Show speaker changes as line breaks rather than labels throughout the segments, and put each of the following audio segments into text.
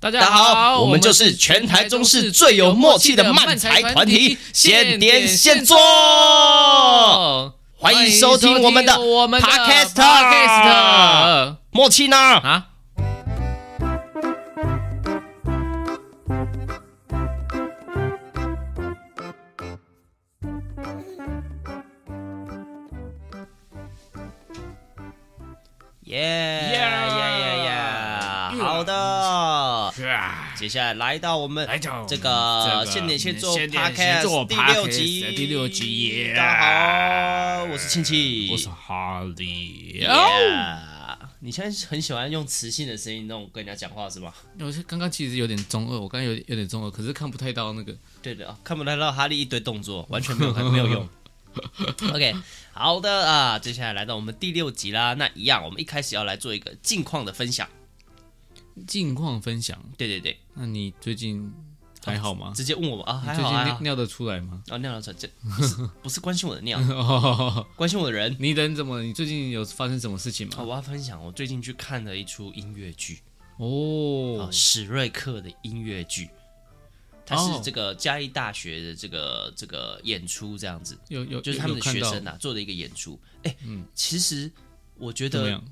大
大家好，我们就是全台中市最有默契的漫才团体，先点先做。哦欢迎收听我们的
我们的
Podcast
Podcast
默契呢？
啊。
耶耶耶耶！好的，接下来来到我们
来到
这个
这个
现点现做
现点现
Podcast
做
第六集，
Podcast 第六集耶
大家好，我是哦庆庆，
我是哈利。
Yeah 你现在是很喜欢用磁性的声音那种跟人家讲话是吗？
我是刚刚其实有点中二，我刚刚有有点中二，可是看不太到那个。
对的，哦看不太到哈利一堆动作，完全没有看没有 用。OK，好的啊，接下来来到我们第六集啦。那一样，我们一开始要来做一个近况的分享。
近况分享，
对对对，
那你最近还好吗？
直接问我吧啊，
你
还
最
好
近
还
尿
好。
尿得出来吗？
啊，尿了这这不是不是关心我的尿，
哦，
关心我的人。
你人怎么？你最近有发生什么事情
啊，
吗？
我要分享我最近去看了一出音乐剧啊
哦，，
史瑞克的音乐剧，它是
哦
这个嘉义大学的这个这个演出这样子。
有呃有
就是他们的学生
的，
啊做的一个演出。哎、其实我觉
怎么
得
样？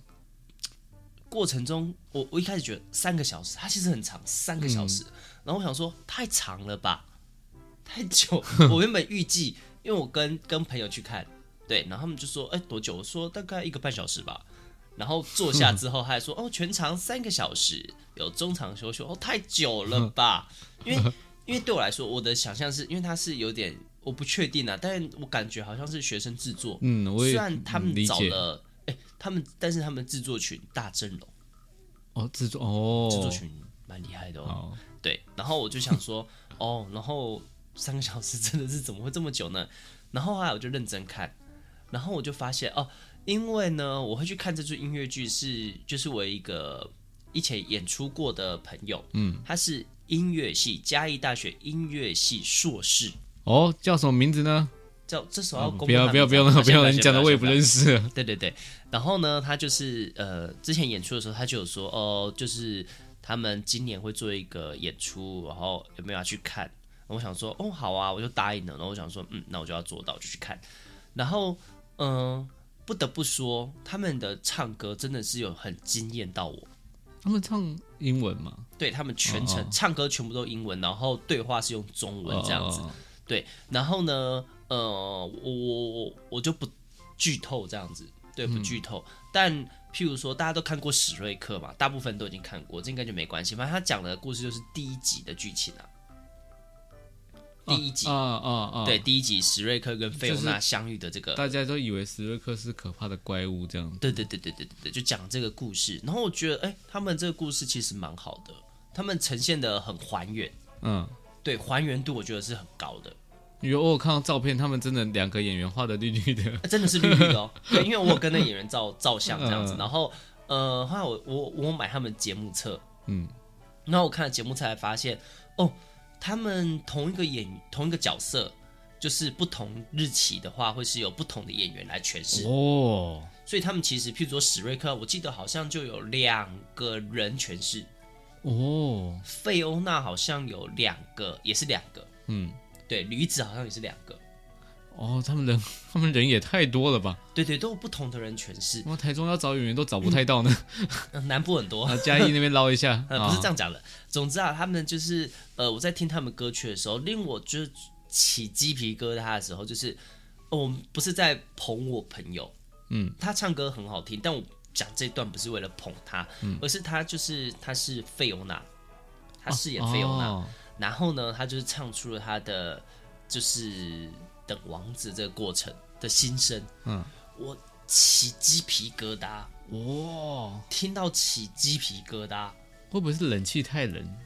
过程中，我我一开始觉得三个小时，它其实很长，三个小时。然后我想说太长了吧， 太久。我原本预计，因为我跟跟朋友去看，对，然后他们就说，哎、多久？我说大概一个半小时吧。然后坐下之后，他还说，哦，全长三个小时，有中场休息。哦，太久了吧？因为因为对我来说，我的想象是因为它是有点我不确定啊，但我感觉好像是学生制作，
嗯，我也
虽然他
嗯
们
理
找
解
了，哎、他们但是他们制作群大阵容，
哦，制作哦，
制作群蛮厉害的哦。
哦，
对，然后我就想说，哦，然后三个小时真的是怎么会这么久呢？然后后来我就认真看，然后我就发现哦，因为呢，我会去看这出音乐剧是就是我一个以前演出过的朋友，嗯，他是音乐系嘉义大学音乐系硕士。
哦，叫什么名字呢？
叫这首要公布、
哦不要不要不要那个不要，你讲的我也不
认。
认识。啊
对对对，然后呢，他就是呃，之前演出的时候，他就有说哦，就是他们今年会做一个演出，然后有没有要去看？然后我想说哦，好啊，我就答应了。然后我想说，嗯，那我就要做到，就去看。然后嗯、不得不说，他们的唱歌真的是有很惊艳到我。
他们唱英文嘛？
对他们全程唱歌全部都英文，然后对话是用中文这样子。
哦
对，然后呢，呃，我我我我就不剧透这样子，对，不剧透。但譬如说，大家都看过史瑞克嘛，大部分都已经看过，这应该就没关系。反正他讲的故事就是第一集的剧情啊，第一集，
啊啊啊！
对，，第一集史瑞克跟费欧娜相遇的这个，
大家都以为史瑞克是可怕的怪物这样。
对对对对对对对，就讲这个故事。然后我觉得，哎、他们这个故事其实蛮好的，他们呈现的很还原，
嗯，
对，还原度我觉得是很高的。
有我有看到照片，他们真的两个演员画的绿绿的。
真的是绿绿 的哦。对，因为我有跟那演员照照相这样子，
嗯
然后呃，后来我我我买他们节目册，
嗯，
然后我看了节目册才发现，哦，他们同一个演同一个角色。就是不同日期的话，会是有不同的演员来诠释，
哦，
所以他们其实，譬如说史瑞克，我记得好像就有两个人诠释，
哦，
费欧娜好像有两个，也是两个，
嗯，
对，驴子好像也是两个，
哦，他们人他们人也太多了吧？
对对，都有不同的人诠释，
我台中要找演员都找不太到呢，
呃南部很多，。
啊，嘉义那边捞一下
呃，不是这
样，
样讲的。总之啊，他们就是呃，我在听他们歌曲的时候，令我就是起鸡皮疙瘩的时候，就是、呃我们不是在捧我朋友，
嗯，
他唱歌很好听，但我讲这段不是为了捧他，
嗯
而是他就是他是费欧娜，他饰演费欧娜，
哦
然后呢，他就是唱出了他的就是等王子这个过程的心声，
嗯，
我起鸡皮疙瘩，
哇，
听到起鸡皮疙瘩。
哦会不会是冷气太冷？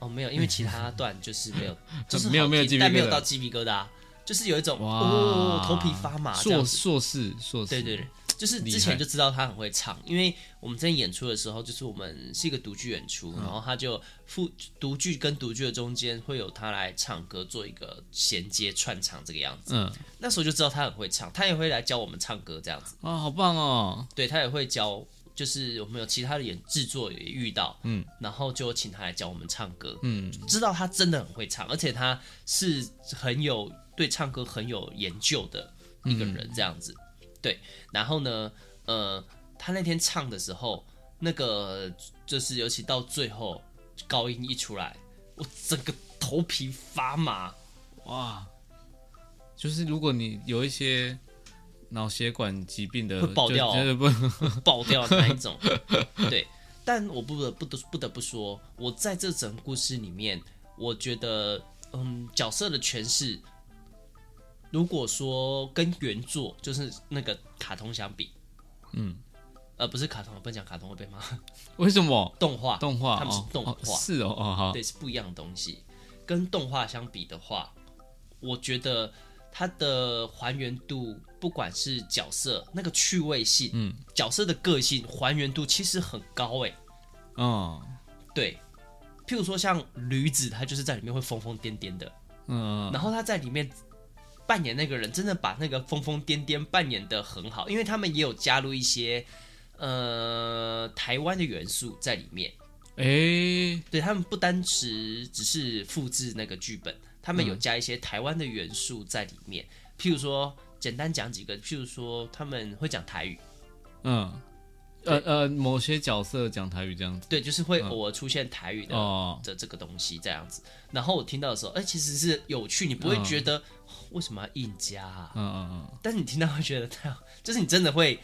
哦，没有，因为其他段就是 没有，就是
嗯没有
好
没有
听
鸡皮
但没
疙
有
瘩
到鸡皮疙瘩，就是有一种
哇
哦头皮发麻这样
硕
子。
硕士硕士，
对对对，就是
厉
之前
害
就知道他很会唱，因为我们之前演出的时候，就是我们是一个独剧演出，
嗯
然后他就副独剧跟独剧的中间会有他来唱歌做一个衔接串场这个样子。
嗯，
那时候就知道他很会唱，他也会来教我们唱歌这样子，
啊，好棒哦！
对他也会教。就是我们有其他的演制作也遇到，
嗯，
然后就请他来教我们唱歌，
嗯，
知道他真的很会唱，而且他是很有对唱歌很有研究的一
嗯
个人，这样子。对，然后呢，呃，他那天唱的时候，那个就是尤其到最后高音一出来，我整个头皮发麻。
哇，就是如果你有一些脑血管疾病的，
会爆掉哦
就就是不，
爆掉的那一种。对，但我不得不得不得不说，我在这整个故事里面，我觉得，嗯，角色的诠释，如果说跟原作就是那个卡通相比，嗯，呃，不是卡通，我不能讲卡通会被骂，
为什么？
动画，
动画
他们是
哦，
动画
哦是哦，哦好，
对，是不一样的东西。跟动画相比的话，我觉得它的还原度，不管是角色那个趣味性，嗯，角色的个性还原度其实很高诶。
嗯
对，譬如说像驴子，他就是在里面会疯疯癫癫的，
嗯，
然后他在里面扮演那个人，真的把那个疯疯癫癫扮演的很好，因为他们也有加入一些呃台湾的元素在里面。
诶，
对他们不单只只是复制那个剧本，他们有加一些台湾的元素在里面。譬如说，简单讲几个，譬如说他们会讲台语，
嗯，呃呃，某些角色讲台语这样子
对，就是会偶尔出现台语的、
哦，
的这个东西这样子。然后我听到的时候，哎、其实是有趣，你不会觉得、为什么要硬加、啊，
嗯嗯
但是你听到会觉得他，就是你真的会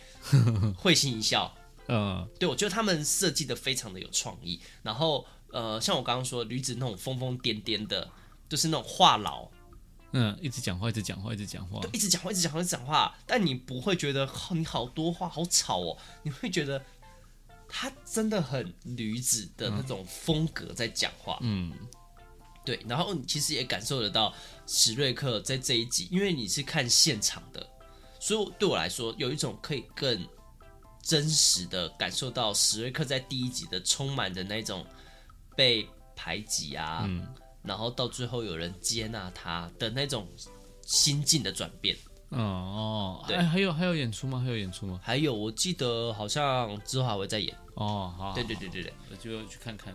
会心一笑。
嗯嗯，
对，我觉得他们设计的非常的有创意。然后呃，像我刚刚说驴子那种疯疯癫癫的，就是那种话痨。
嗯，一直讲话，一直讲话，一直讲话
就，一直讲话，一直讲话，一直讲话，但你不会觉得靠你好多话好吵哦，你会觉得他真的很驴子的那种风格在讲话，
嗯，
对，然后你其实也感受得到史瑞克在这一集，因为你是看现场的，所以对我来说有一种可以更真实的感受到史瑞克在第一集的充满着那种被排挤啊，然后到最后有人接纳他的那种心境的转变。
嗯哦，
对
哎，还有还有演出吗？还有演出吗？
还有，我记得好像之后还会再演。
哦，好，
对对，对对对。
我就去看看，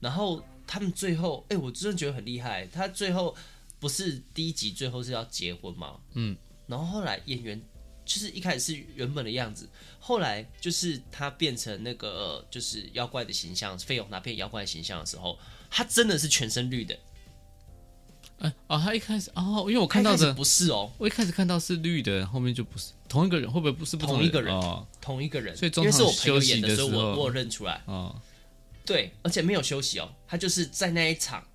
然后他们最后，哎、我真的觉得很厉害。他最后不是第一集最后是要结婚吗？
嗯。
然后后来演员就是一开始是原本的样子，后来就是他变成那个、呃就是妖怪的形象，费用拿片妖怪的形象的时候，他真的是全身绿的。
哎，哦，他一开始哦，因为我
我
看到的
不是哦，
我一开始看到是绿的，后面就不是同一个人，会不会不是不
同一个人
哦
同一个人，
所以
因
中
为
场
是我朋友演
休息的时
所
候
以我我有认出来。
哦，
对，而且没有休息哦，他就是在那一场，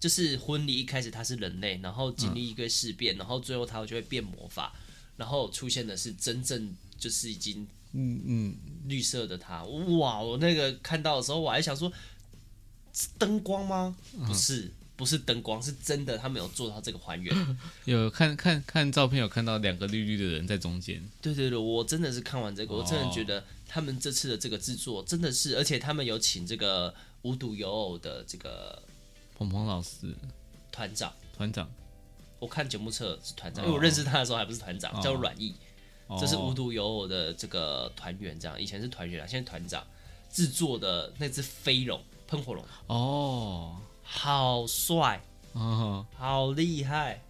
就是婚礼一开始他是人类，然后经历一个事变，然后最后他就会变魔法，然后出现的是真正就是已经
嗯嗯，
绿色的他。哇，我那个看到的时候我还想说，是灯光吗？不是，不是灯光，是真的，他们有做到这个还原。
有看看看照片，有看到两个绿绿的人在中间，
对对对，我真的是看完这个，
哦
我真的觉得他们这次的这个制作真的是，而且他们有请这个无独有偶的这个
鹏鹏老师
团长。
团长，
我看节目册是团长，
哦
因为我认识他的时候还不是团长，
哦
叫阮毅，
哦
这是无独有偶的这个团员，这样以前是团员啊，现在团长制作的那只飞龙喷火龙，
哦
好帅，
哦
好 厉害，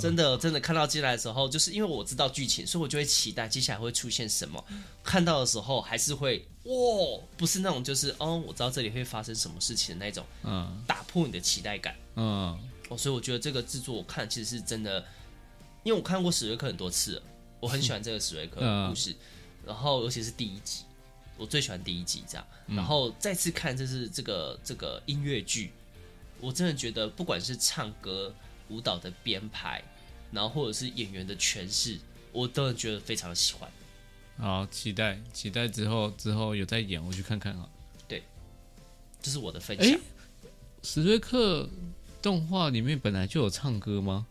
真的真的看到进来的时候，就是因为我知道剧情，所以我就会期待接下来会出现什么。看到的时候还是会哇，不是那种就是哦，我知道这里会发生什么事情的那种，
嗯
打破你的期待感。
嗯
哦，所以我觉得这个制作我看其实是真的，因为我看过史瑞克很多次了，我很喜欢这个史瑞克
嗯
的故事，然后尤其是第一集，我最喜欢第一集这样，
嗯
然后再次看这是这个这个音乐剧，我真的觉得不管是唱歌、舞蹈的编排，然后或者是演员的诠释，我真的觉得非常喜欢。
好，期待期待之后之后有在演，我去看看啊。
这是我的分
诶
享。
史瑞克动画里面本来就有唱歌吗？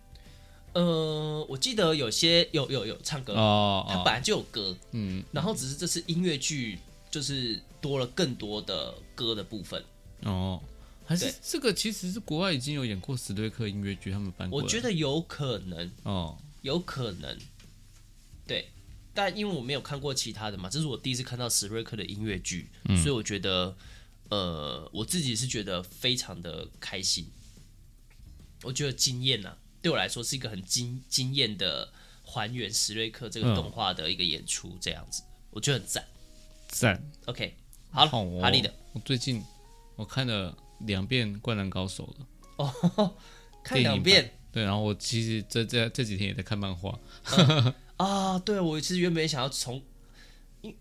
呃，我记得有些有有有唱歌，
哦
它
哦，
本来就有歌，
嗯
然后只是这次音乐剧就是多了更多的歌的部分，
哦，还是
对
这个其实是国外已经有演过史瑞克音乐剧，他们搬过哦来，
我觉得有可能，
哦
有可能，对，但因为我没有看过其他的嘛，这是我第一次看到史瑞克的音乐剧，
嗯
所以我觉得，呃，我自己是觉得非常的开心，我觉得惊艳呐、对我来说是一个很惊惊艳的还原史瑞克这个
嗯
动画的一个演出，这样子，我觉得很赞。
赞。
OK，好了，
哦
哈利的
我最近我看了两遍《灌篮高手》了，
哦， 看两
电
遍
对，然后我其实这这这几天也在看漫画，
啊，对我其实原本想要从。因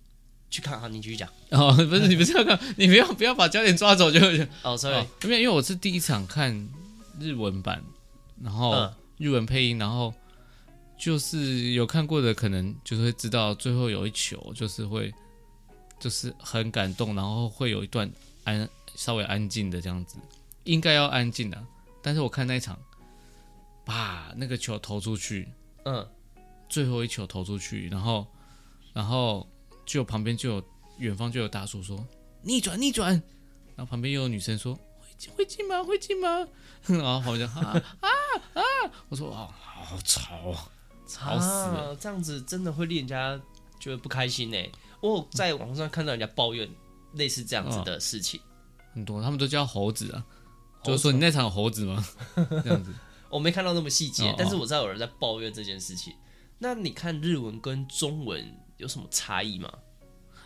去看啊，你继续讲
哦，不是你不是要看，你不要不要把焦点抓走就就
哦，sorry，
哦没有，因为我是第一场看日文版，然后
嗯
日文配音，然后就是有看过的，可能就是会知道最后有一球，就是会就是很感动，然后会有一段安稍微安静的这样子，应该要安静的、但是我看那一场，把那个球投出去，
嗯，
最后一球投出去，然后然后就旁边就有远方就有大叔说逆转逆转，然后旁边又有女生说会进会进吗会进吗， 然后旁边就啊啊啊，我说哇好吵啊，吵死了，
啊！这样子真的会令人家觉得不开心呢。我有在网上看到人家抱怨类似这样子的事情，
很多他们都叫猴子啊，
猴子
就是说你那场有猴子吗？这样子，
我没看到那么细节，
哦哦
但是我知道有人在抱怨这件事情。那你看日文跟中文有什么差异吗？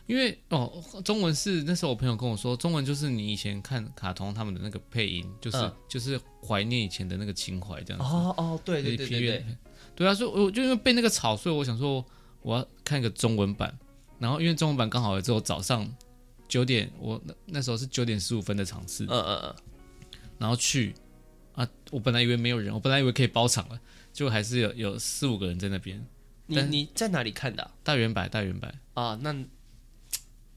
因为哦中文是那时候我朋友跟我说，中文就是你以前看卡通他们的那个配音，就是、
嗯
就是怀念以前的那个情怀这样子。
哦哦，对对
一
对
批
对对
人，对啊，所以我就因为被那个吵，所以我想说我要看个中文版，然后因为中文版刚好只有早上九点，我那那时候是九点十五分的场次
嗯，嗯嗯，
然后去啊，我本来以为没有人，我本来以为可以包场了，结果还是有有四五个人在那边，
你
但
你在哪里看的啊？
大圆白大圆白，
啊那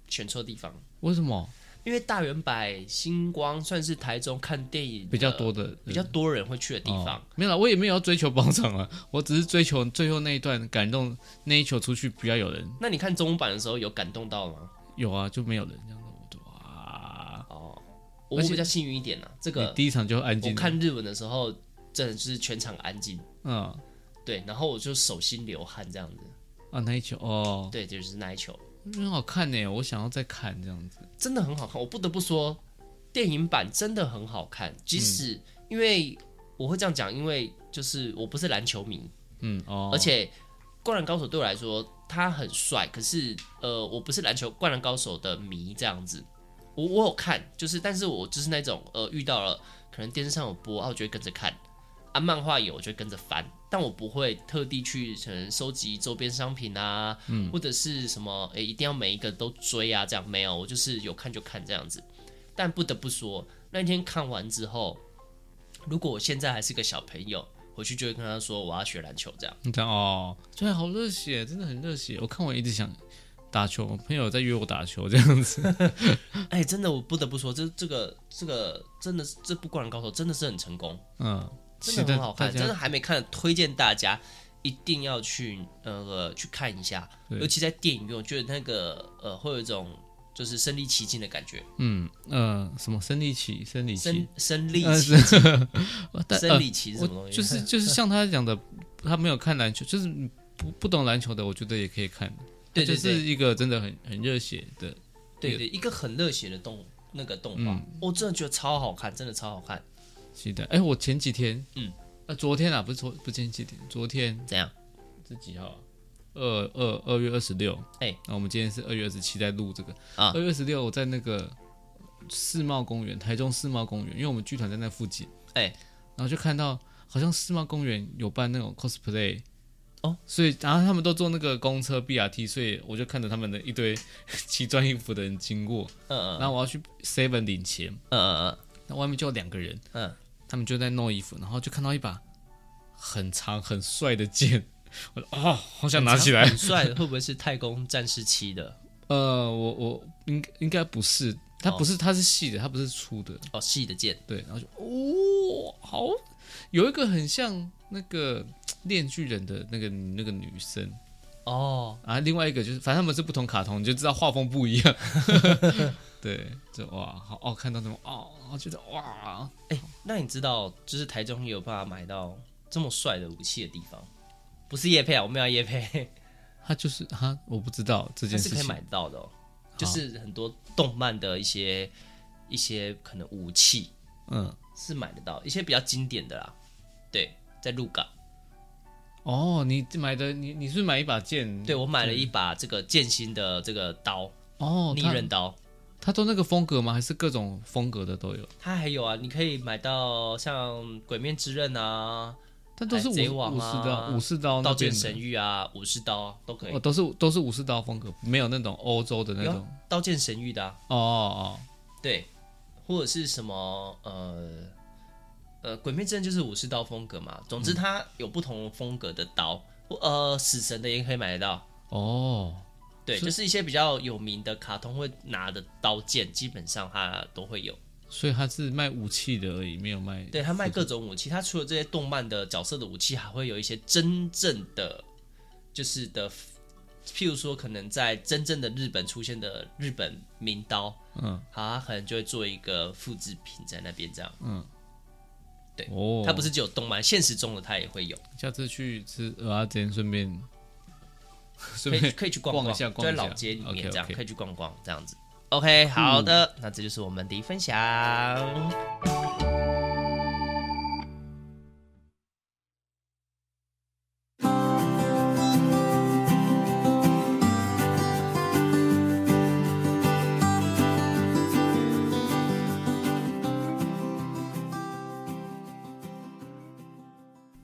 选错地方，
为什么
因为大圆柏、星光算是台中看电影的
比较多的人
呃比较多人会去的地
哦
方。
没有啦，我也没有要追求包场了，我只是追求最后那一段感动那一球出去不要有人，
那你看中文版的时候有感动到吗？
有啊就没有人这样子，我就哇，
哦，我
而且
比较幸运一点啦。这
你
个
第一场就安静
我
了，
看日文的时候，真的是全场安静，
嗯。
对，然后我就手心流汗这样子，
啊，那一球哦，
对，就是那一球
很好看呢，我想要再看这样子。
真的很好看，我不得不说，电影版真的很好看，即使、因为我会这样讲，因为就是我不是篮球迷，
嗯哦，
而且《灌篮高手》对我来说他很帅，可是呃，我不是篮球《灌篮高手》的迷这样子。我我有看，就是但是我就是那种呃遇到了可能电视上有播，啊，我就会跟着看啊，漫画有我就会跟着翻，但我不会特地去可能收集周边商品啊，或者是什么诶、一定要每一个都追啊这样没有，我就是有看就看这样子。但不得不说，那天看完之后，如果我现在还是个小朋友，回去就会跟他说我要学篮球这样。
你讲哦，对，好热血，真的很热血。我看我一直想打球，我朋友在约我打球这样子。
哎，真的，我不得不说，这这个这个真的是这部《灌篮高手》真的是很成功，
嗯，
真
期
的
待
很好看，
大家
真的还没看，推荐大家一定要去呃去看一下，
对
尤其在电影院，我觉得那个呃会有一种就是身临其境的感觉，
嗯呃什么生理期，生理
身
期，
身临
呃
其境，
呃但
身
呃
临其境是什么
我
东西？
就是 就是像他讲的，他没有看篮球，就是不不懂篮球的，我觉得也可以看。
对对
就
对
是一个真的很很热血的。
对对，一个很热血的动那个动画，
嗯
我真的觉得超好看，真的超好看，
期待。哎，我前几天，
嗯，
呃，昨天啊，不是昨不是前几天，昨天
怎样？
是几号啊？二二二月二十六，
哎
那我们今天是二月二十七在录这个
啊
二月二十六我在那个世贸公园，台中世贸公园，因为我们剧团在那附近，
哎
然后就看到好像世贸公园有办那种 cosplay，
哦，
所以然后他们都坐那个公车 BRT，所以我就看着他们的一堆 奇装异服的人经过，
嗯嗯
然后我要去 Seven 领钱，
嗯嗯
那外面就有两个人，
嗯，
他们就在弄衣服，然后就看到一把很长很帅的剑， 我说哦，好想拿起来，
很帅的，会不会是太空战士七的？
呃，我我应应该不是，它不是，它是细的，它不是粗的，
哦，细的剑。
对，然后就哦，好，有一个很像那个炼巨人的那个那个女生
哦，
啊，另外一个就是，反正他们是不同卡通，你就知道画风不一样， 对，就哇，好哦，看到那种哦，我觉得哇，
那你知道就是台中也有办法买到这么帅的武器的地方？不是叶配啊，我们要叶配。
他就是他，我不知道这
它
件事
是可以
情。
买得到的、哦，就是很多动漫的一些一些可能武器
嗯，
是买得到，一些比较经典的啦。对，在鹿港，
哦，你买的你你是买一把剑？
对我买了一把这个剑心的这个刀，
嗯哦，
逆
他
刃刀。
他都那个风格吗？还是各种风格的都有？
它还有啊，你可以买到像《鬼面之刃》啊、
但都是武
海贼王
武士
啊
刀、武士刀
《
哦那
刀剑
边
神
的，
域》啊、《武士刀》啊都可以。
哦，都是都是武士刀风格，没有那种欧洲的那
有
种。
《刀剑神域》的、啊，
哦哦
对，或者是什么呃呃，《鬼灭之刃》就是武士刀风格嘛。总之，它有不同风格的刀，或呃，死神的也可以买得到。
哦哦，
对，
是
就是一些比较有名的卡通会拿的刀剑，基本上它都会有。
所以他是卖武器的而已，没有卖。
对，它卖各种武器，它除了这些动漫的角色的武器，还会有一些真正的，就是的，譬如说可能在真正的日本出现的日本名刀，
嗯，
好，它可能就会做一个复制品在那边这样。
哦，
它不是只有动漫，现实中的它也会有，
下次去吃鹅啊，煎，顺便顺
可以
便
可以去逛
逛一下
就
逛
在
一下
老街里面
OK，OK 嗯
这样可以去逛逛这样子。OK，好的，那这就是我们的分享。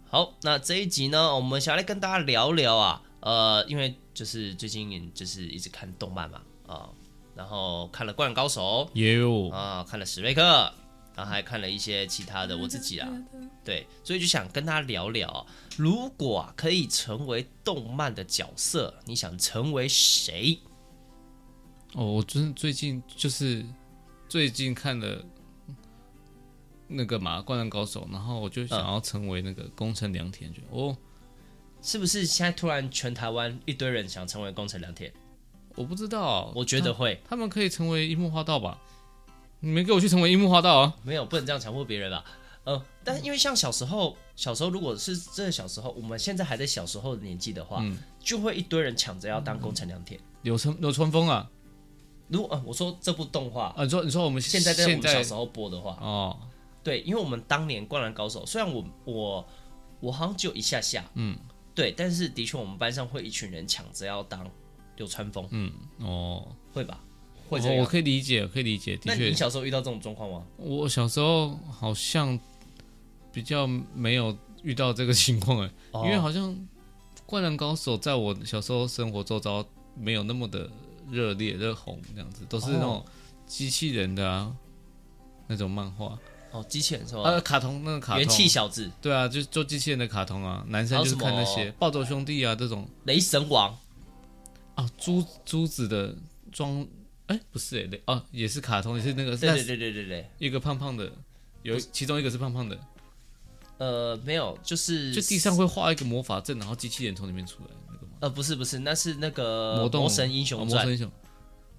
好，那这一集呢，我们想要来跟大家聊聊啊，呃，因为就是最近就是一直看动漫嘛，啊、然后看了《灌篮高手
也有》
啊、看了《史瑞克》，然后还看了一些其他的我自己啊，对，所以就想跟大家聊聊啊、如果、啊、可以成为动漫的角色，你想成为谁？
哦，我真的最近就是最近看了那个嘛《灌篮高手》，然后我就想
嗯
要成为那个宫城良田，就哦，
是不是现在突然全台湾一堆人想成为宫城良田？
我不知道，
我觉得会。
他们可以成为樱木花道吧？你们给我去成为樱木花道啊！
没有，不能这样强迫别人啦。呃，但因为像小时候，小时候如果是真的小时候，我们现在还在小时候的年纪的话，
嗯
就会一堆人抢着要当宫城良田。
柳春柳春风啊！
如果、呃、我说这部动画
啊，你说你说我们
现在在我
现
们小
在
时候播的话，
哦，
对，因为我们当年《灌篮高手》，虽然我我我好像只有一下下，嗯，对，但是的确我们班上会一群人抢着要当流川枫，
嗯哦，
会吧？会这
我我
样。
可以理解，我可以理解，
那
的确
你，小时候遇到这种状况吗？
我小时候好像比较没有遇到这个 情况哎、
哦
因为好像《灌篮高手》在我小时候生活周遭没有那么的热烈热红，这样子都是那种机器人的啊，那种漫画，
哦，机器人是吧？
呃，卡通那个卡通，
元气小子、
对啊，就做机器人的卡通啊，男生就是看那
还有
些暴走兄弟啊这种
雷神王，
啊，珠珠子的装，哎、不是哎、雷哦、也是卡通，也是那个，
对
但
对
是
对对对对。
一个胖胖的，有其中一个是胖胖的。
呃，没有，就是
就地上会画一个魔法阵，然后机器人从里面出来那个吗？
呃，不是不是，那是那个
魔动
神英雄
啊魔
传
神》英雄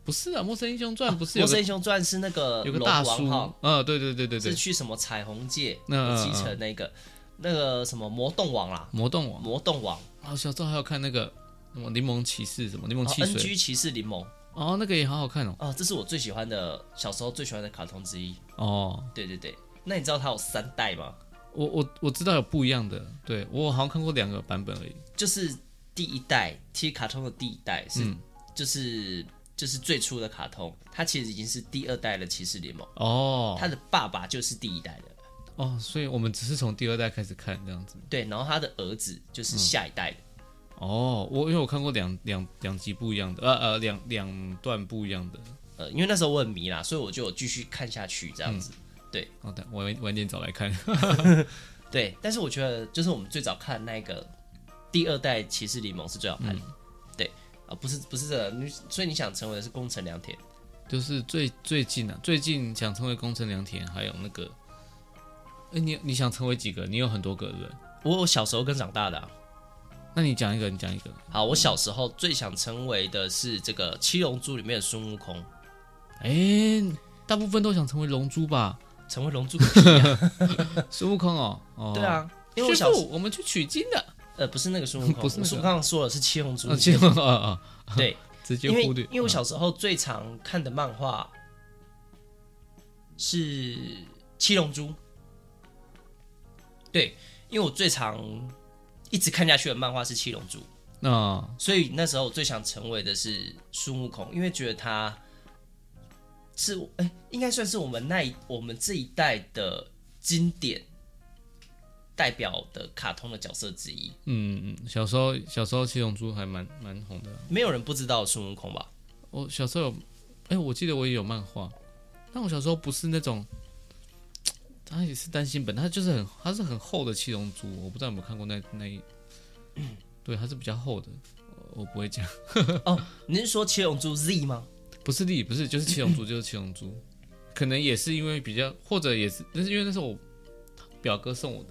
不是啊，《魔神英雄传》不是有
魔神
个
英雄传》是那个
有个
龙
大
王
叔
号，？
呃，对对对对
是
对，
去什么彩虹界
那嗯
七层那个那个什么魔动王啦，
魔动王
魔动王
啊，小时候还有看那个什么《柠檬骑士》什么《柠檬汽
哦啊，N
水》
G 骑士联盟
哦，那个也好好看哦。
哦，这是我最喜欢的小时候最喜欢的卡通之一。
哦，
对对对，那你知道它有三代吗？
我我我知道有不一样的，对我好像看过两个版本而已。
就是第一代 T 卡通的第一代是、就是就是最初的卡通，它其实已经是第二代的骑士联盟，
哦
它的爸爸就是第一代的。
哦，所以我们只是从第二代开始看这样子。
对，然后他的儿子就是下一代的，
哦，我因为我看过两两两集不一样的，呃呃两两段不一样的。
呃，因为那时候我很迷啦，所以我就有继续看下去这样子。
好的，晚晚点找来看。
对，但是我觉得就是我们最早看的那个第二代骑士联盟是最好看的，对啊、不是不是这个，你所以你想成为的是宫城良田，
就是最最近啊，最近想成为工程良田，还有那个，哎、你你想成为几个？你有很多个对不对？
我我小时候跟长大的啊、
那你讲一个，你讲一个。
好，我小时候最想成为的是这个《七龙珠》里面的孙悟空，
哎、大部分都想成为龙珠 吧？
成为龙珠、啊。
孙悟空哦，哦，
对，啊，因为我
师
小时
傅，我们去取经的。
呃，不是那个孙悟空，
不是那个
我刚刚说了是七龙珠
啊，
里
七
面。
龙啊啊，
对，
直接
因为
忽略。
嗯
嗯
因为我小时候最常看的漫画是《七龙珠》，对，因为我最常一直看下去的漫画是《七龙珠》，
那、啊
所以那时候我最想成为的是孙悟空，因为觉得他是哎、应该算是我们那一我们这一代的经典代表的卡通的角色之一，
嗯，嗯小时候小时候七龙珠还蛮蛮红的。
没有人不知道孙悟空吧？
我小时候有，哎、我记得我也有漫画，但我小时候不是那种，它也是单行本，它就是很它是很厚的七龙珠，我不知道有没有看过那那一， 对，它是比较厚的，我我不会讲，
哦，你是说《七龙珠 Z》吗？
不是力，不是就是七龙珠就是七龙珠，可能也是因为比较，或者也是，但是因为那是我表哥送我的，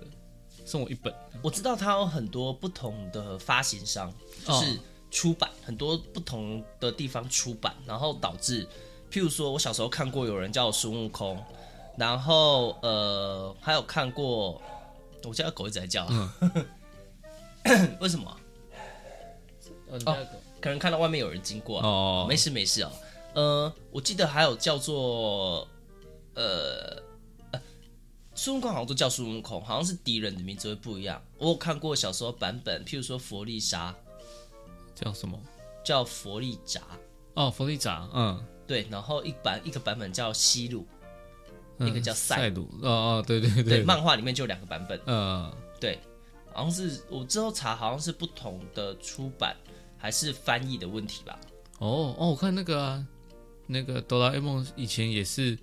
送我一本，
我知道它有很多不同的发行商，就是出版、很多不同的地方出版，然后导致，譬如说我小时候看过有人叫孙悟空，然后呃还有看过，我家的狗一直在叫，啊 为什么啊？
哦
可能看到外面有人经过啊、
哦，
没事没事哦。呃，我记得还有叫做呃呃孙悟空，好像都叫孙悟空，好像是敌人的名字会不一样。我有看过小时候版本，譬如说佛利沙
叫什么？
叫佛利扎，
哦，佛利扎，嗯，
对，然后一版一个版本叫西鲁，
嗯
那个叫赛
赛鲁，哦哦，对对
对，漫画里面就有两个版本，
呃，
对，好像是我之后查好像是不同的出版还是翻译的问题吧。
哦哦，我看那个啊，那个哆啦 A 梦以前也是，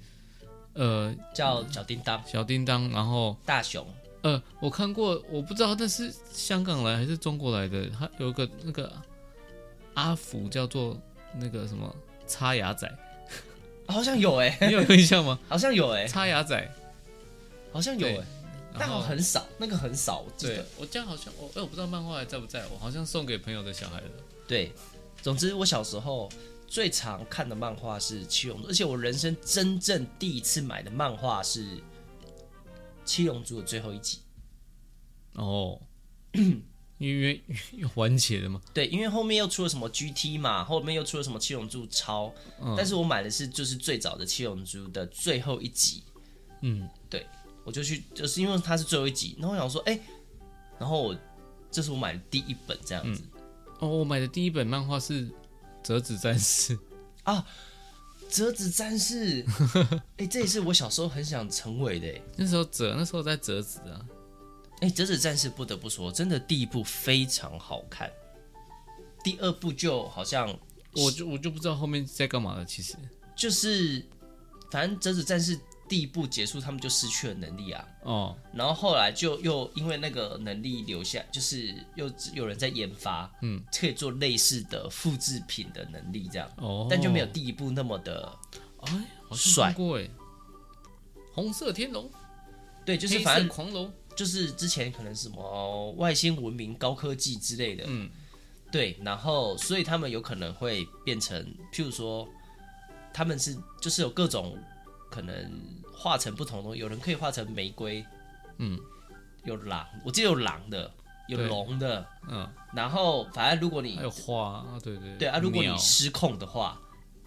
呃，
叫小叮当、
小叮当，然后
大雄，
呃，我看过，我不知道那是香港来还是中国来的，他有一个那个阿福叫做那个什么擦牙仔，
好像有哎、
你有印象吗？
好像有 哎、
擦牙仔，
好像有哎、
对
但
然
好
后
像很少，那个很少，我记
对
得。
我家好像我哎、我不知道漫画还在不在，我好像送给朋友的小孩了。
对，总之我小时候最常看的漫画是《七龙珠》，而且我人生真正第一次买的漫画是《七龙珠》的最后一集。
哦， 因为因为完结的嘛，
对，因为后面又出了什么 GT 嘛，后面又出了什么《七龙珠超》
嗯
但是我买的是就是最早的《七龙珠》的最后一集，
嗯，
我就去，就是因为它是最后一集，然后我想说，哎、然后我这是我买的第一本这样子。
哦，我买的第一本漫画是《折纸战士》。
折纸战士，哎、这也是我小时候很想成为的、哎
那时候折，那时候在折纸啊。
哎，《折纸战士》不得不说，真的第一部非常好看，第二部就好像
我就我就不知道后面在干嘛了。其实，
就是，反正《折纸战士》第一部结束，他们就失去了能力啊。
哦，
然后后来就又因为那个能力留下，就是又有人在研发，嗯，可以做类似的复制品的能力这样，
哦，
但就没有第一部那么的，
哎，好像
帅
看过哎，红色天龙，
对，就是
黑色
反正
狂龙，
就是之前可能什么外星文明、高科技之类的，
嗯，
对，然后所以他们有可能会变成，譬如说，他们是就是有各种可能化成不同的东西，有人可以化成玫瑰，
嗯，
有狼，我记得有狼的，有
对
龙的，
嗯，
然后反正如果你
还有花啊，对对
对啊，如果你
鸟
失控的话，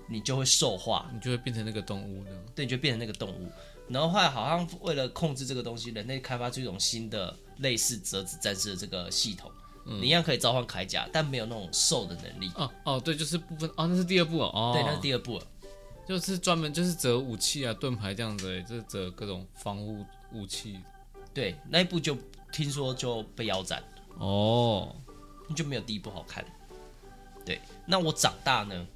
你就会兽化，
你就会变成那个动物的，
对，你就变成那个动物。然后后来好像为了控制这个东西，人类开发出一种新的类似折纸战士的这个系统，你一样可以召唤铠甲，但没有那种兽的能力。
哦哦，对，就是部分哦，那是第二哦部哦，哦
对，那是第二部了。
就是专门就是折武器啊，盾牌这样子而已，就是折各种防护武器。
对，那一部就听说就被腰斩，
哦，
就没有第一部好看。对，那我长大呢？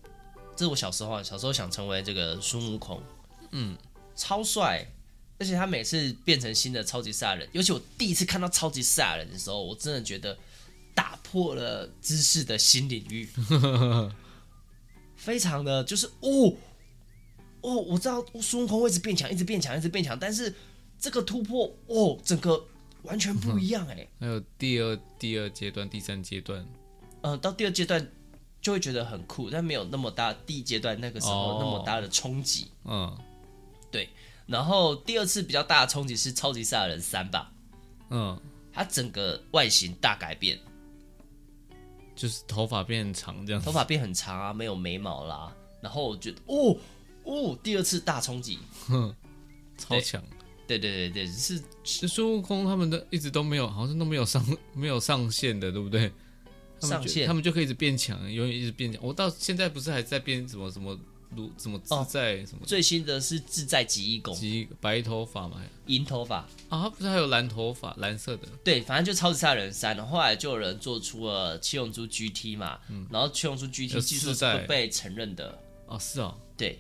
这是我小时候啊，小时候想成为这个孙悟空，嗯，超帅，而且他每次变成新的超级赛亚人，尤其我第一次看到超级赛亚人的时候，我真的觉得打破了知识的新领域，非常的就是哦哦，我知道孙悟空会一直变强，一直变强，一直变强，但是这个突破哦，整个完全不一样哎、
还有第二第二阶段、第三阶段，
嗯，到第二阶段就会觉得很酷，但没有那么大第一阶段那个时候
哦
那么大的冲击。
嗯
然后第二次比较大的冲击是《超级赛亚人三》吧，
嗯，
它整个外形大改变，
就是头发变长这样子
头。发变很长啊，没有眉毛啦。然后我觉得，哦哦，第二次大冲击，
超强。
对对对对，是
就孙悟空他们的一直都没有，好像都没有上没有上限的，对不对？他们
上
就
线
他们就可以一直变强，永远一直变强。我到现在不是还在变什么什么如什么自
哦
在、什么
最新的是自在极意功，
及白头发嘛？
银头发，
啊，他不是还有蓝头发，蓝色的
对，反正就超级赛亚人三，然后后来就有人做出了七龙珠 GT 嘛，然后七龙珠 GT
嗯有
技术
四
是
代
不被承认的，
哦，是哦。
对，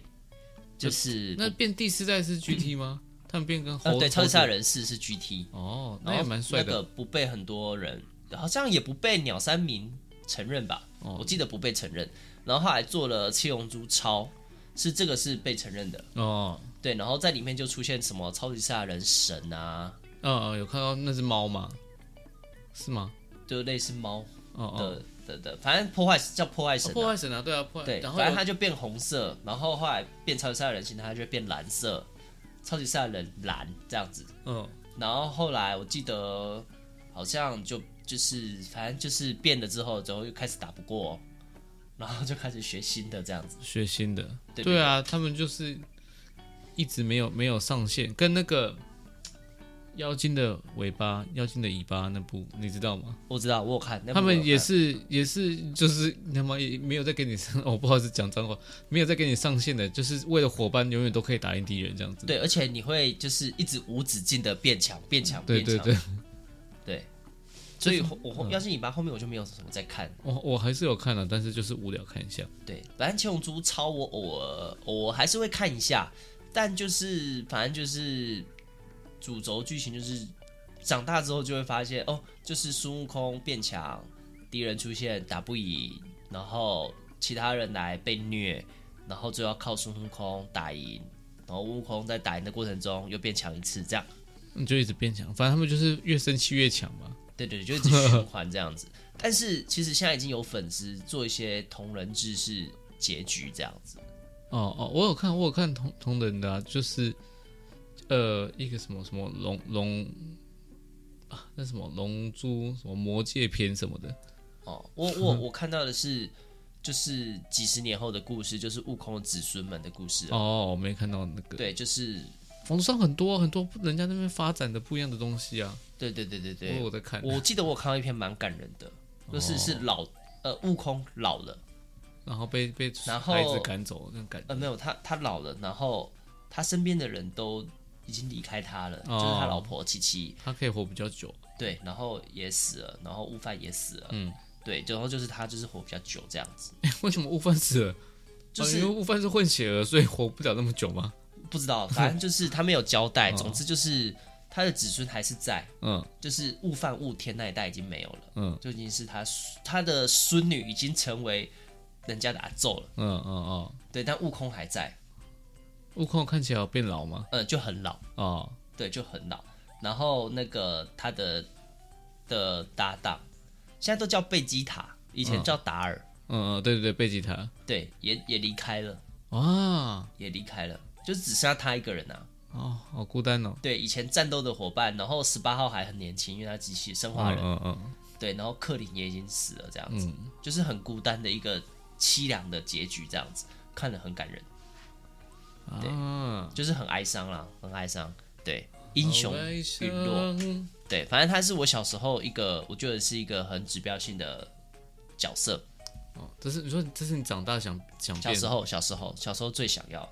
就是
那变第四代是 GT 吗？他们变跟猴、
呃对，超级
猴子
赛亚人四是 GT，
哦，那
然
也
后
蛮帅
那
的
个不被很多人，好像也不被鸟山明承认吧，
哦
我记得不被承认，然后后来做了七龙珠超，是这个是被承认的，
哦。
对，然后在里面就出现什么超级赛亚人神啊，
嗯，有看到那只猫吗？是吗？
就类似猫
哦
的、
哦，
的的，反正破坏叫破坏神、啊
破坏神啊，对啊，破坏。
对，
然后
反正
有
它就变红色，然后后来变超级赛亚人形态，它就会变蓝色，超级赛亚人蓝这样子。
嗯，
然后后来我记得好像就就是反正就是变了之后，之后又开始打不过，然后就开始学新的这样子。
学新的，
对
对啊，他们就是一直没有没有上线，跟那个妖精的尾巴、妖精的尾巴那部，你知道吗？
我知道，我有看，那部
他
我
们
有看
也是也是就是他妈也没有在给你上， 我、不好意思讲脏话，没有在给你上线的，就是为了伙伴永远都可以打赢敌人这样子。
对，而且你会就是一直无止境的变强，变强，
对对嗯
变强，
对，
对所以我我后要是你妈后面我就没有什么在看，
我我还是有看了、但是就是无聊看一下。
对，反正《七龙珠超》我偶尔我还是会看一下，但就是反正就是主轴剧情就是长大之后就会发现哦，就是孙悟空变强，敌人出现打不赢，然后其他人来被虐，然后最后靠孙悟空打赢，然后悟空在打赢的过程中又变强一次，这样。
你就一直变强，反正他们就是越生气越强嘛。
对对，对就一直循环这样子。但是其实现在已经有粉丝做一些同人志是结局这样子，
哦哦，我有看，我有看同同人的、啊，就是呃一个什么什么龙龙啊，那什么龙珠什么魔界篇什么的，
哦，我我
嗯
我看到的是，就是几十年后的故事，就是悟空的子孙们的故事。哦、
哦，我没看到那个。
对，就是
网络上很多很多人家那边发展的不一样的东西啊，
对对对对
我
对，
有在看。
我记得我看到一篇蛮感人的，
哦
就是是老呃悟空老了，
然后被被
然后
孩子赶走那种感觉
呃没有他他老了，然后他身边的人都已经离开他了，
哦
就是他老婆七七，
他可以活比较久。
对，然后也死了，然后悟饭也死了，
嗯，哎
对，然后就是他就是活比较久这样子，
为什么悟饭死了？
就
哦
是
因为悟饭是混血儿，所以活不了那么久吗？
不知道，反正就是他没有 交代，总之就是他的子孙还是在。
嗯
就是悟饭悟天那一代已经没有了，
嗯
就已经是他他的孙女已经成为人家的阿宙了，
嗯嗯哦，
对，但悟空还在，
悟空看起来有变老吗？
嗯，就很老，
哦
对，就很老。然后那个他的的搭档，现在都叫贝吉塔，以前叫达尔，
嗯嗯，对对对，贝吉塔。
对，也也离开了，
啊，
也离开了，就是只剩下他一个人啊。
哦，好孤单哦。
对，以前战斗的伙伴，然后十八号还很年轻，因为他机器生化人，
嗯嗯
对，然后克林也已经死了，这样子，
嗯
就是很孤单的一个凄凉的结局，这样子看了很感人，
嗯，啊，
就是很哀伤啦，很哀伤。对，英雄
好哀伤
陨落，对，反正他是我小时候一个，我觉得是一个很指标性的角色。
哦，这是你说，这是你长大想想
小
变
时候，小时候，小时候最想要，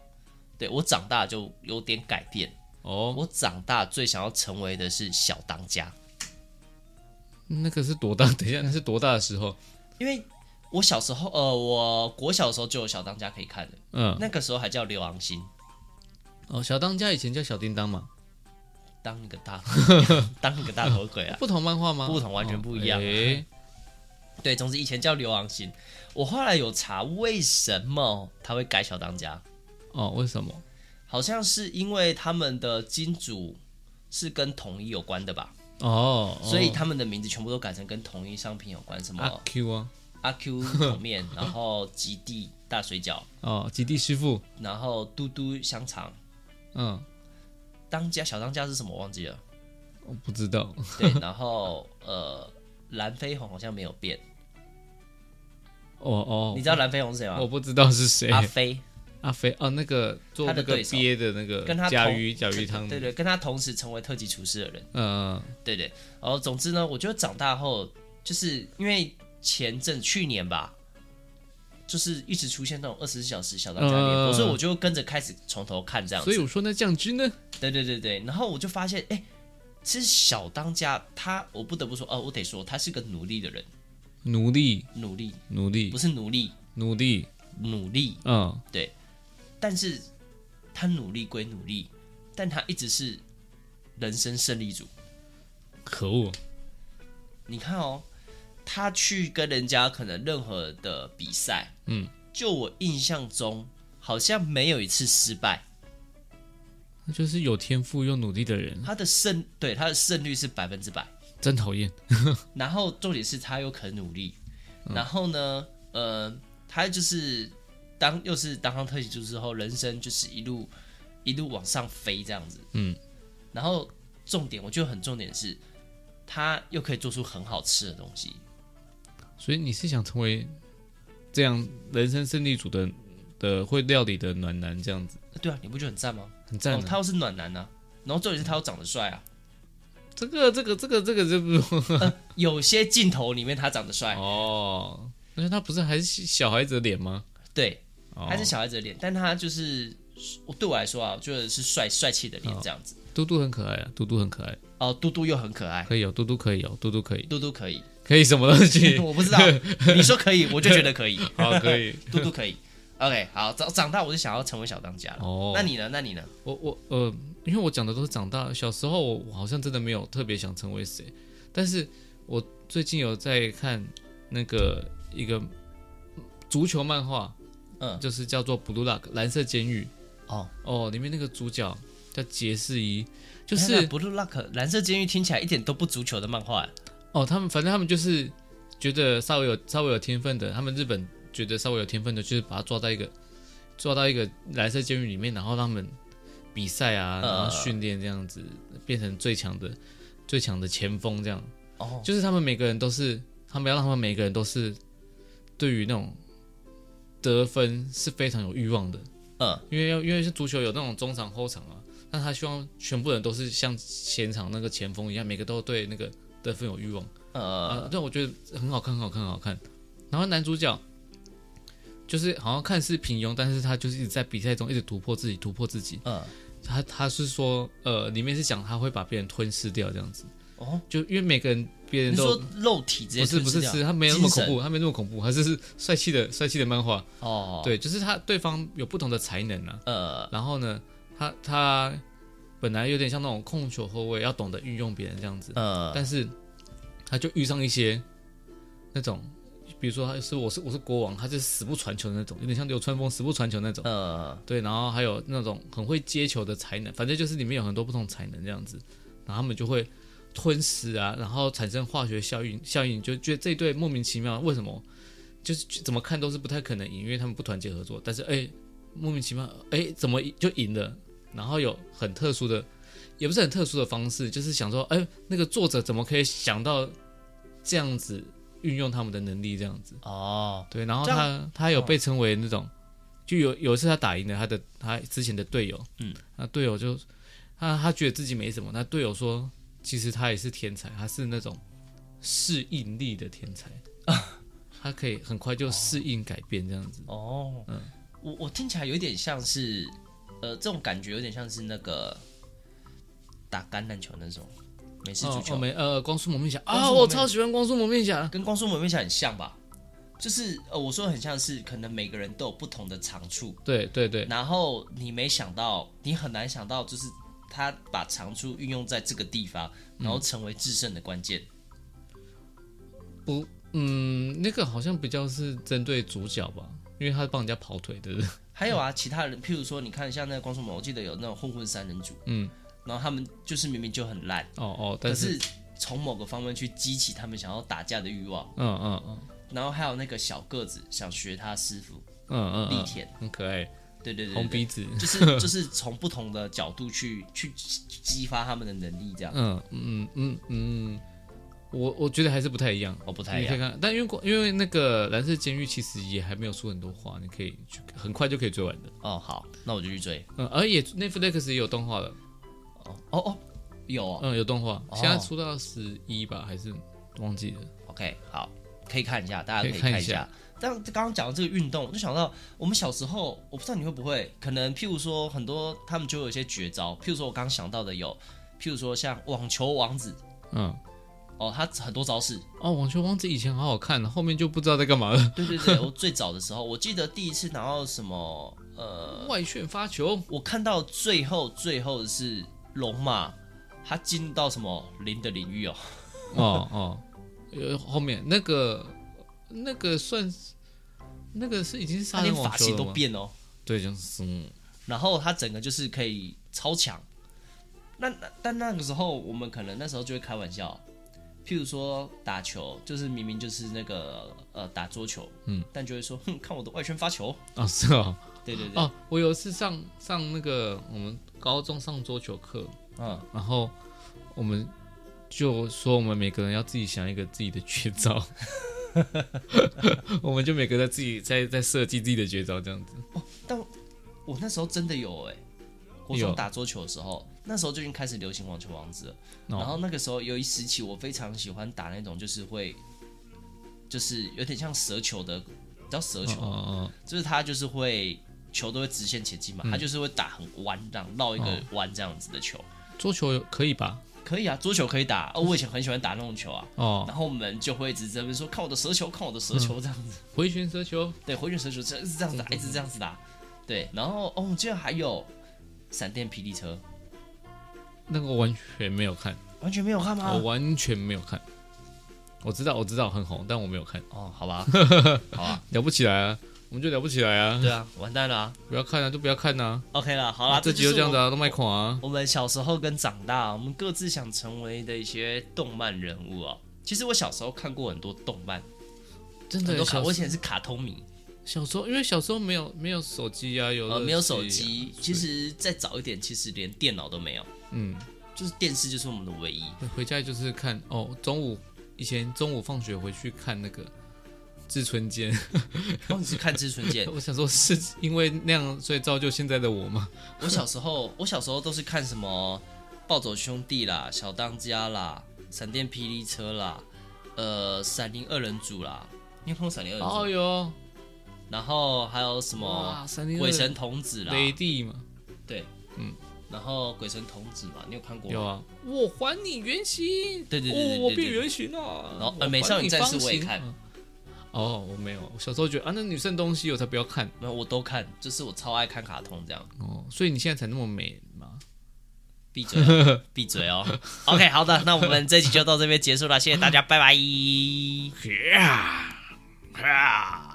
对我长大就有点改变。
哦？
我长大最想要成为的是小当家，
那个是多大？等一下，那 是多大的时候？
因为我小时候，呃，我国小的时候就有小当家可以看了，
嗯，
那个时候还叫刘昂星。
哦，小当家以前叫小叮当嘛，
当一个大， 当一个大 头鬼啊！
不同漫画吗？
不同完全不一样啊
哦诶，
对，总之以前叫刘昂星，我后来有查为什么他会改小当家，
哦，为什么？
好像是因为他们的金主是跟统一有关的吧，
哦，哦
所以他们的名字全部都改成跟统一商品有关，什
阿
么
Q 啊，
阿 Q 桶面，然后极地大水饺，
哦，极地师傅，
然后嘟嘟香肠。
嗯，
当家小当家是什么我忘 记了，
我不知道，
对，然后呃，蓝飞鸿好像没有变，
哦哦，
你知道蓝飞鸿是谁吗
我？不知道是谁，
阿飞，
阿飞哦，那个做
他的
那个
对手
鳖的那个
跟他
甲
同
鱼甲鱼汤
对
的，
对，跟他同时成为特级厨师的人，
嗯
对对。然后总之呢，我觉得长大后，就是因为前阵去年吧，就是一直出现那种二十四小时小当家联播，
嗯
所以我就跟着开始从头看这样子
所以。我说那酱汁呢，
对对对对，然后我就发现，哎，其实小当家他，我不得不说，哦，我得说他是个努力的人，
努力
努力
努力
不是努力，
努力，
努力，
嗯，
但是他努力归努力，但他一直是人生胜利组。
可恶，
你看哦，他去跟人家可能任何的比赛，
嗯，
就我印象中好像没有一次失败，
那就是有天赋又努力的人，
他的胜对他的胜率是百分之百。
真讨厌，
然后重点是他又肯努力，
嗯
然后呢，呃，他就是当又是当上特级厨师后，人生就是一路一路往上飞这样子，
嗯，
然后重点我觉得很重点是，他又可以做出很好吃的东西，
所以你是想成为这样人生胜利组的的会料理的暖男这样子，
对啊，你不觉得很赞吗？
很赞
哦，
啊、
他又是暖男啊，然后重点是他又长得帅啊，
这个这个这个这个这 不
有些镜头里面他长得帅，
哦，那他不是还是小孩子的脸吗？
对，
哦
他是小孩子的脸，但他就是我对我来说啊，我觉得是帅帅气的脸
哦
这样子，
嘟嘟很可爱啊，嘟嘟很可爱，
哦，嘟嘟又很可爱，
可以哦，嘟嘟可以哦，嘟嘟可以，
嘟嘟可以。
可以什么东 西？
我不知道，你说可以，我就觉得可以。
好，可以。
嘟嘟可以。OK，好，长长大我就想要成为小当家了。
哦
那你呢？那你呢？
我我呃，因为我讲的都是长大，小时候我我好像真的没有特别想成为谁，但是我最近有在看那个一个足球漫画，
嗯，
就是叫做《Blue Lock》蓝色监狱
哦，
哦，里面那个主角叫杰士怡，就
哎那
是
Blue Lock 蓝色监狱听起来一点都不足球的漫画。啊
哦，他们反正他们就是觉得稍微有稍微有天分的，他们日本觉得稍微有天分的，就是把他抓到一个抓到一个蓝色监狱里面，然后让他们比赛啊，然后
呃
训练这样子，变成最强的最强的前锋这样。
哦，
就是他们每个人都是，他们要让他们每个人都是对于那种得分是非常有欲望的，
嗯，
因为要因为是足球有那种中场后场嘛，那他希望全部人都是像前场那个前锋一样，每个都对那个得分有欲望。
呃，
啊，对，我觉得很好看，很好看，很好看。然后男主角就是好像看似平庸，但是他就是一直在比赛中一直突破自己，突破自己。
嗯，
他他是说，呃，里面是讲他会把别人吞噬掉这样子。
哦，
就因为每个人别
你
人
是
都
说肉体直接
不是不是
吞噬
吃，
掉
他没有那么恐
精神
怖，他没那么恐怖，他就是帅气的帅气的漫画。
哦，，
对，就是他对方有不同的才能啊。
呃，
然后呢，他他本来有点像那种控球后卫，要懂得运用别人这样子。
呃，
但是他就遇上一些那种，比如说他是我是我是国王，他就死不传球的那种，有点像流川枫死不传球那种。
呃，
对，然后还有那种很会接球的才能，反正就是里面有很多不同才能这样子，然后他们就会吞食啊，然后产生化学效应，效应就觉得这一对莫名其妙为什么就是怎么看都是不太可能赢，因为他们不团结合作，但是哎莫名其妙哎怎么就赢了，然后有很特殊的，也不是很特殊的方式，就是想说哎那个作者怎么可以想到这样子运用他们的能力这样子。
哦，
对，然后
这样
他他有被称为那种，就有有一次他打赢了他的他之前的队友，
嗯，
那队友就他他觉得自己没什么，那队友说其实他也是天才，他是那种适应力的天 才，他可以很快就适应改变这样子，
哦，
嗯
我我听起来有点像是，呃，这种感觉有点像是那个打橄榄球那种美式足
哦
球
哦，没呃光速蒙面侠
光速
啊，
蒙面
我超喜欢光速蒙面侠，
跟光速蒙面侠很像吧？就是呃，我说的很像是，可能每个人都有不同的长处，
对对对，
然后你没想到，你很难想到，就是他把长处运用在这个地方，
嗯
然后成为制胜的关键。
不嗯那个好像比较是针对主角吧，因为他帮人家跑腿的，
还有啊，其他人，譬如说，你看像那个光速蒙，我记得有那种混混三人组，
嗯，
然后他们就是明明就很烂，
哦哦，
可
但是
是从某个方面去激起他们想要打架的欲望。
嗯嗯嗯
然后还有那个小个子想学他师傅
嗯嗯
力
嗯，
田，
很可爱，
对对对对
红
对
鼻子。
就是 就是从不同的
呃
角度去去激发他们的能力，这样。
嗯嗯嗯嗯，我我觉得还是不太一样。
哦，不太一
你可以
样。
看，但因为过因为那个蓝色监狱其实也还没有出很多话，你可以去很快就可以追完的。
哦，好，那我就去追。
嗯，而也 Netflix 也有动画了，
哦哦哦，有哦
嗯，有动画，
哦
现在出到十一吧，还是忘记了。
OK，好，可以看一下，大家可
呃可
以
以看
看一
一下
下。但刚刚讲的这个运动，我就想到我们小时候，我不知道你会不会，可能譬如说很多他们就有一些绝招，譬如说我刚刚想到的有，譬如说像网球王子
嗯，
哦，他很多招式。
哦，网球王子以前好好看，后面就不知道在干嘛了。
对对对，我最早的时候，我记得第一次拿到什么，呃，
外旋发球，
我看到最后最后是龙马，他进入到什么零的领域哦，
哦哦，呃，后面那个那个算是那个是已经是
他
杀
连
人
法
网
器
球
都
了吗？
变哦。
对，就是嗯
然后他整个就是可以超强。那那但那个时候，我们可能那时候就会开玩笑，譬如说打球，就是明明就是那个呃打桌球，嗯，但就会说，哼，看我的外圈发球，
哦是哦
对对对，
哦，我有一次上上那个我们高中上桌球课，
嗯，
然后我们就说我们每个人要自己想一个自己的绝 招，我们就每个在自己在在设计自己的绝招这样子。
我那时候真的有哎、我
有
中打桌球的时候，那时候就已经开始流行网球王子了。然
哦
后那个时候有一时期，我非常喜欢打那种就是会，就是有点像蛇球的，你知道蛇球吗
哦哦
就是他就是会球都会直线前进
嗯
嘛，他就是会打很弯，这样绕一个弯这样子的球。
哦，桌球有可以吧？
可以啊，桌球可以打哦，我以前很喜欢打那种球啊。
嗯哦，
然后我们就会一直在那边说看我的蛇球，看我的蛇球这样子，
回旋射球，
对，回旋蛇球这样一直这样
嗯
子打，一直这样子打，对。然后哦，我记得还有闪电霹雳车，
那个我完全没有看，
完全没有看吗
我？完全没有看。我知道我知道很红，但我没有看，
哦，好吧，好啊，
了不起来啊，我们就了不起来啊，
对啊，完蛋了啊
不要看啊，就不要看啊，
，OK 了，好啦，
这集就
就
是这样子
我。
啊，都卖款啊，
我们小时候跟长大，我们各自想成为的一些动漫人物哦。其实我小时候看过很多动漫，
真
很
的
多卡，
小
我以前是卡通迷，
小时候，因为小时候没有没有手机啊，有
呃，
热
没有手
啊
机，
所以
其实再早一点，其实连电脑都没有，
嗯，
就是电视就是我们的唯一。
回家就是看哦，中午以前中午放学回去看那个《志春间》，
然后你是看志村健
我想说是因为那样所以造就现在的我吗？
我小时候，我小时候都是看什么《暴走兄弟》啦，《小当家》啦，《闪电霹雳车》啦，呃，《闪灵二人组》啦，你有看过《闪灵二人组》
哦哟，
然后还有什么
哇，三零
《
二
鬼神啊童子》啦，
雷帝嘛，
对，
嗯，
然后《鬼神童子》嘛，你有看过
有
吗？
啊，我还你原形，
对对对对对
哦，我
对
变
对
原形了。
然后呃
我还
美少女
你
战士
方
我也
形
看
啊哦，我没有，我小时候觉得啊，那女生东西我才不要看
没有，我都看，就是我超爱看卡通这样。
哦，所以你现在才那么美嘛。
闭嘴哦，闭 嘴哦。OK，好的，那我们这集就到这边结束了，谢谢大家，拜拜。啊啊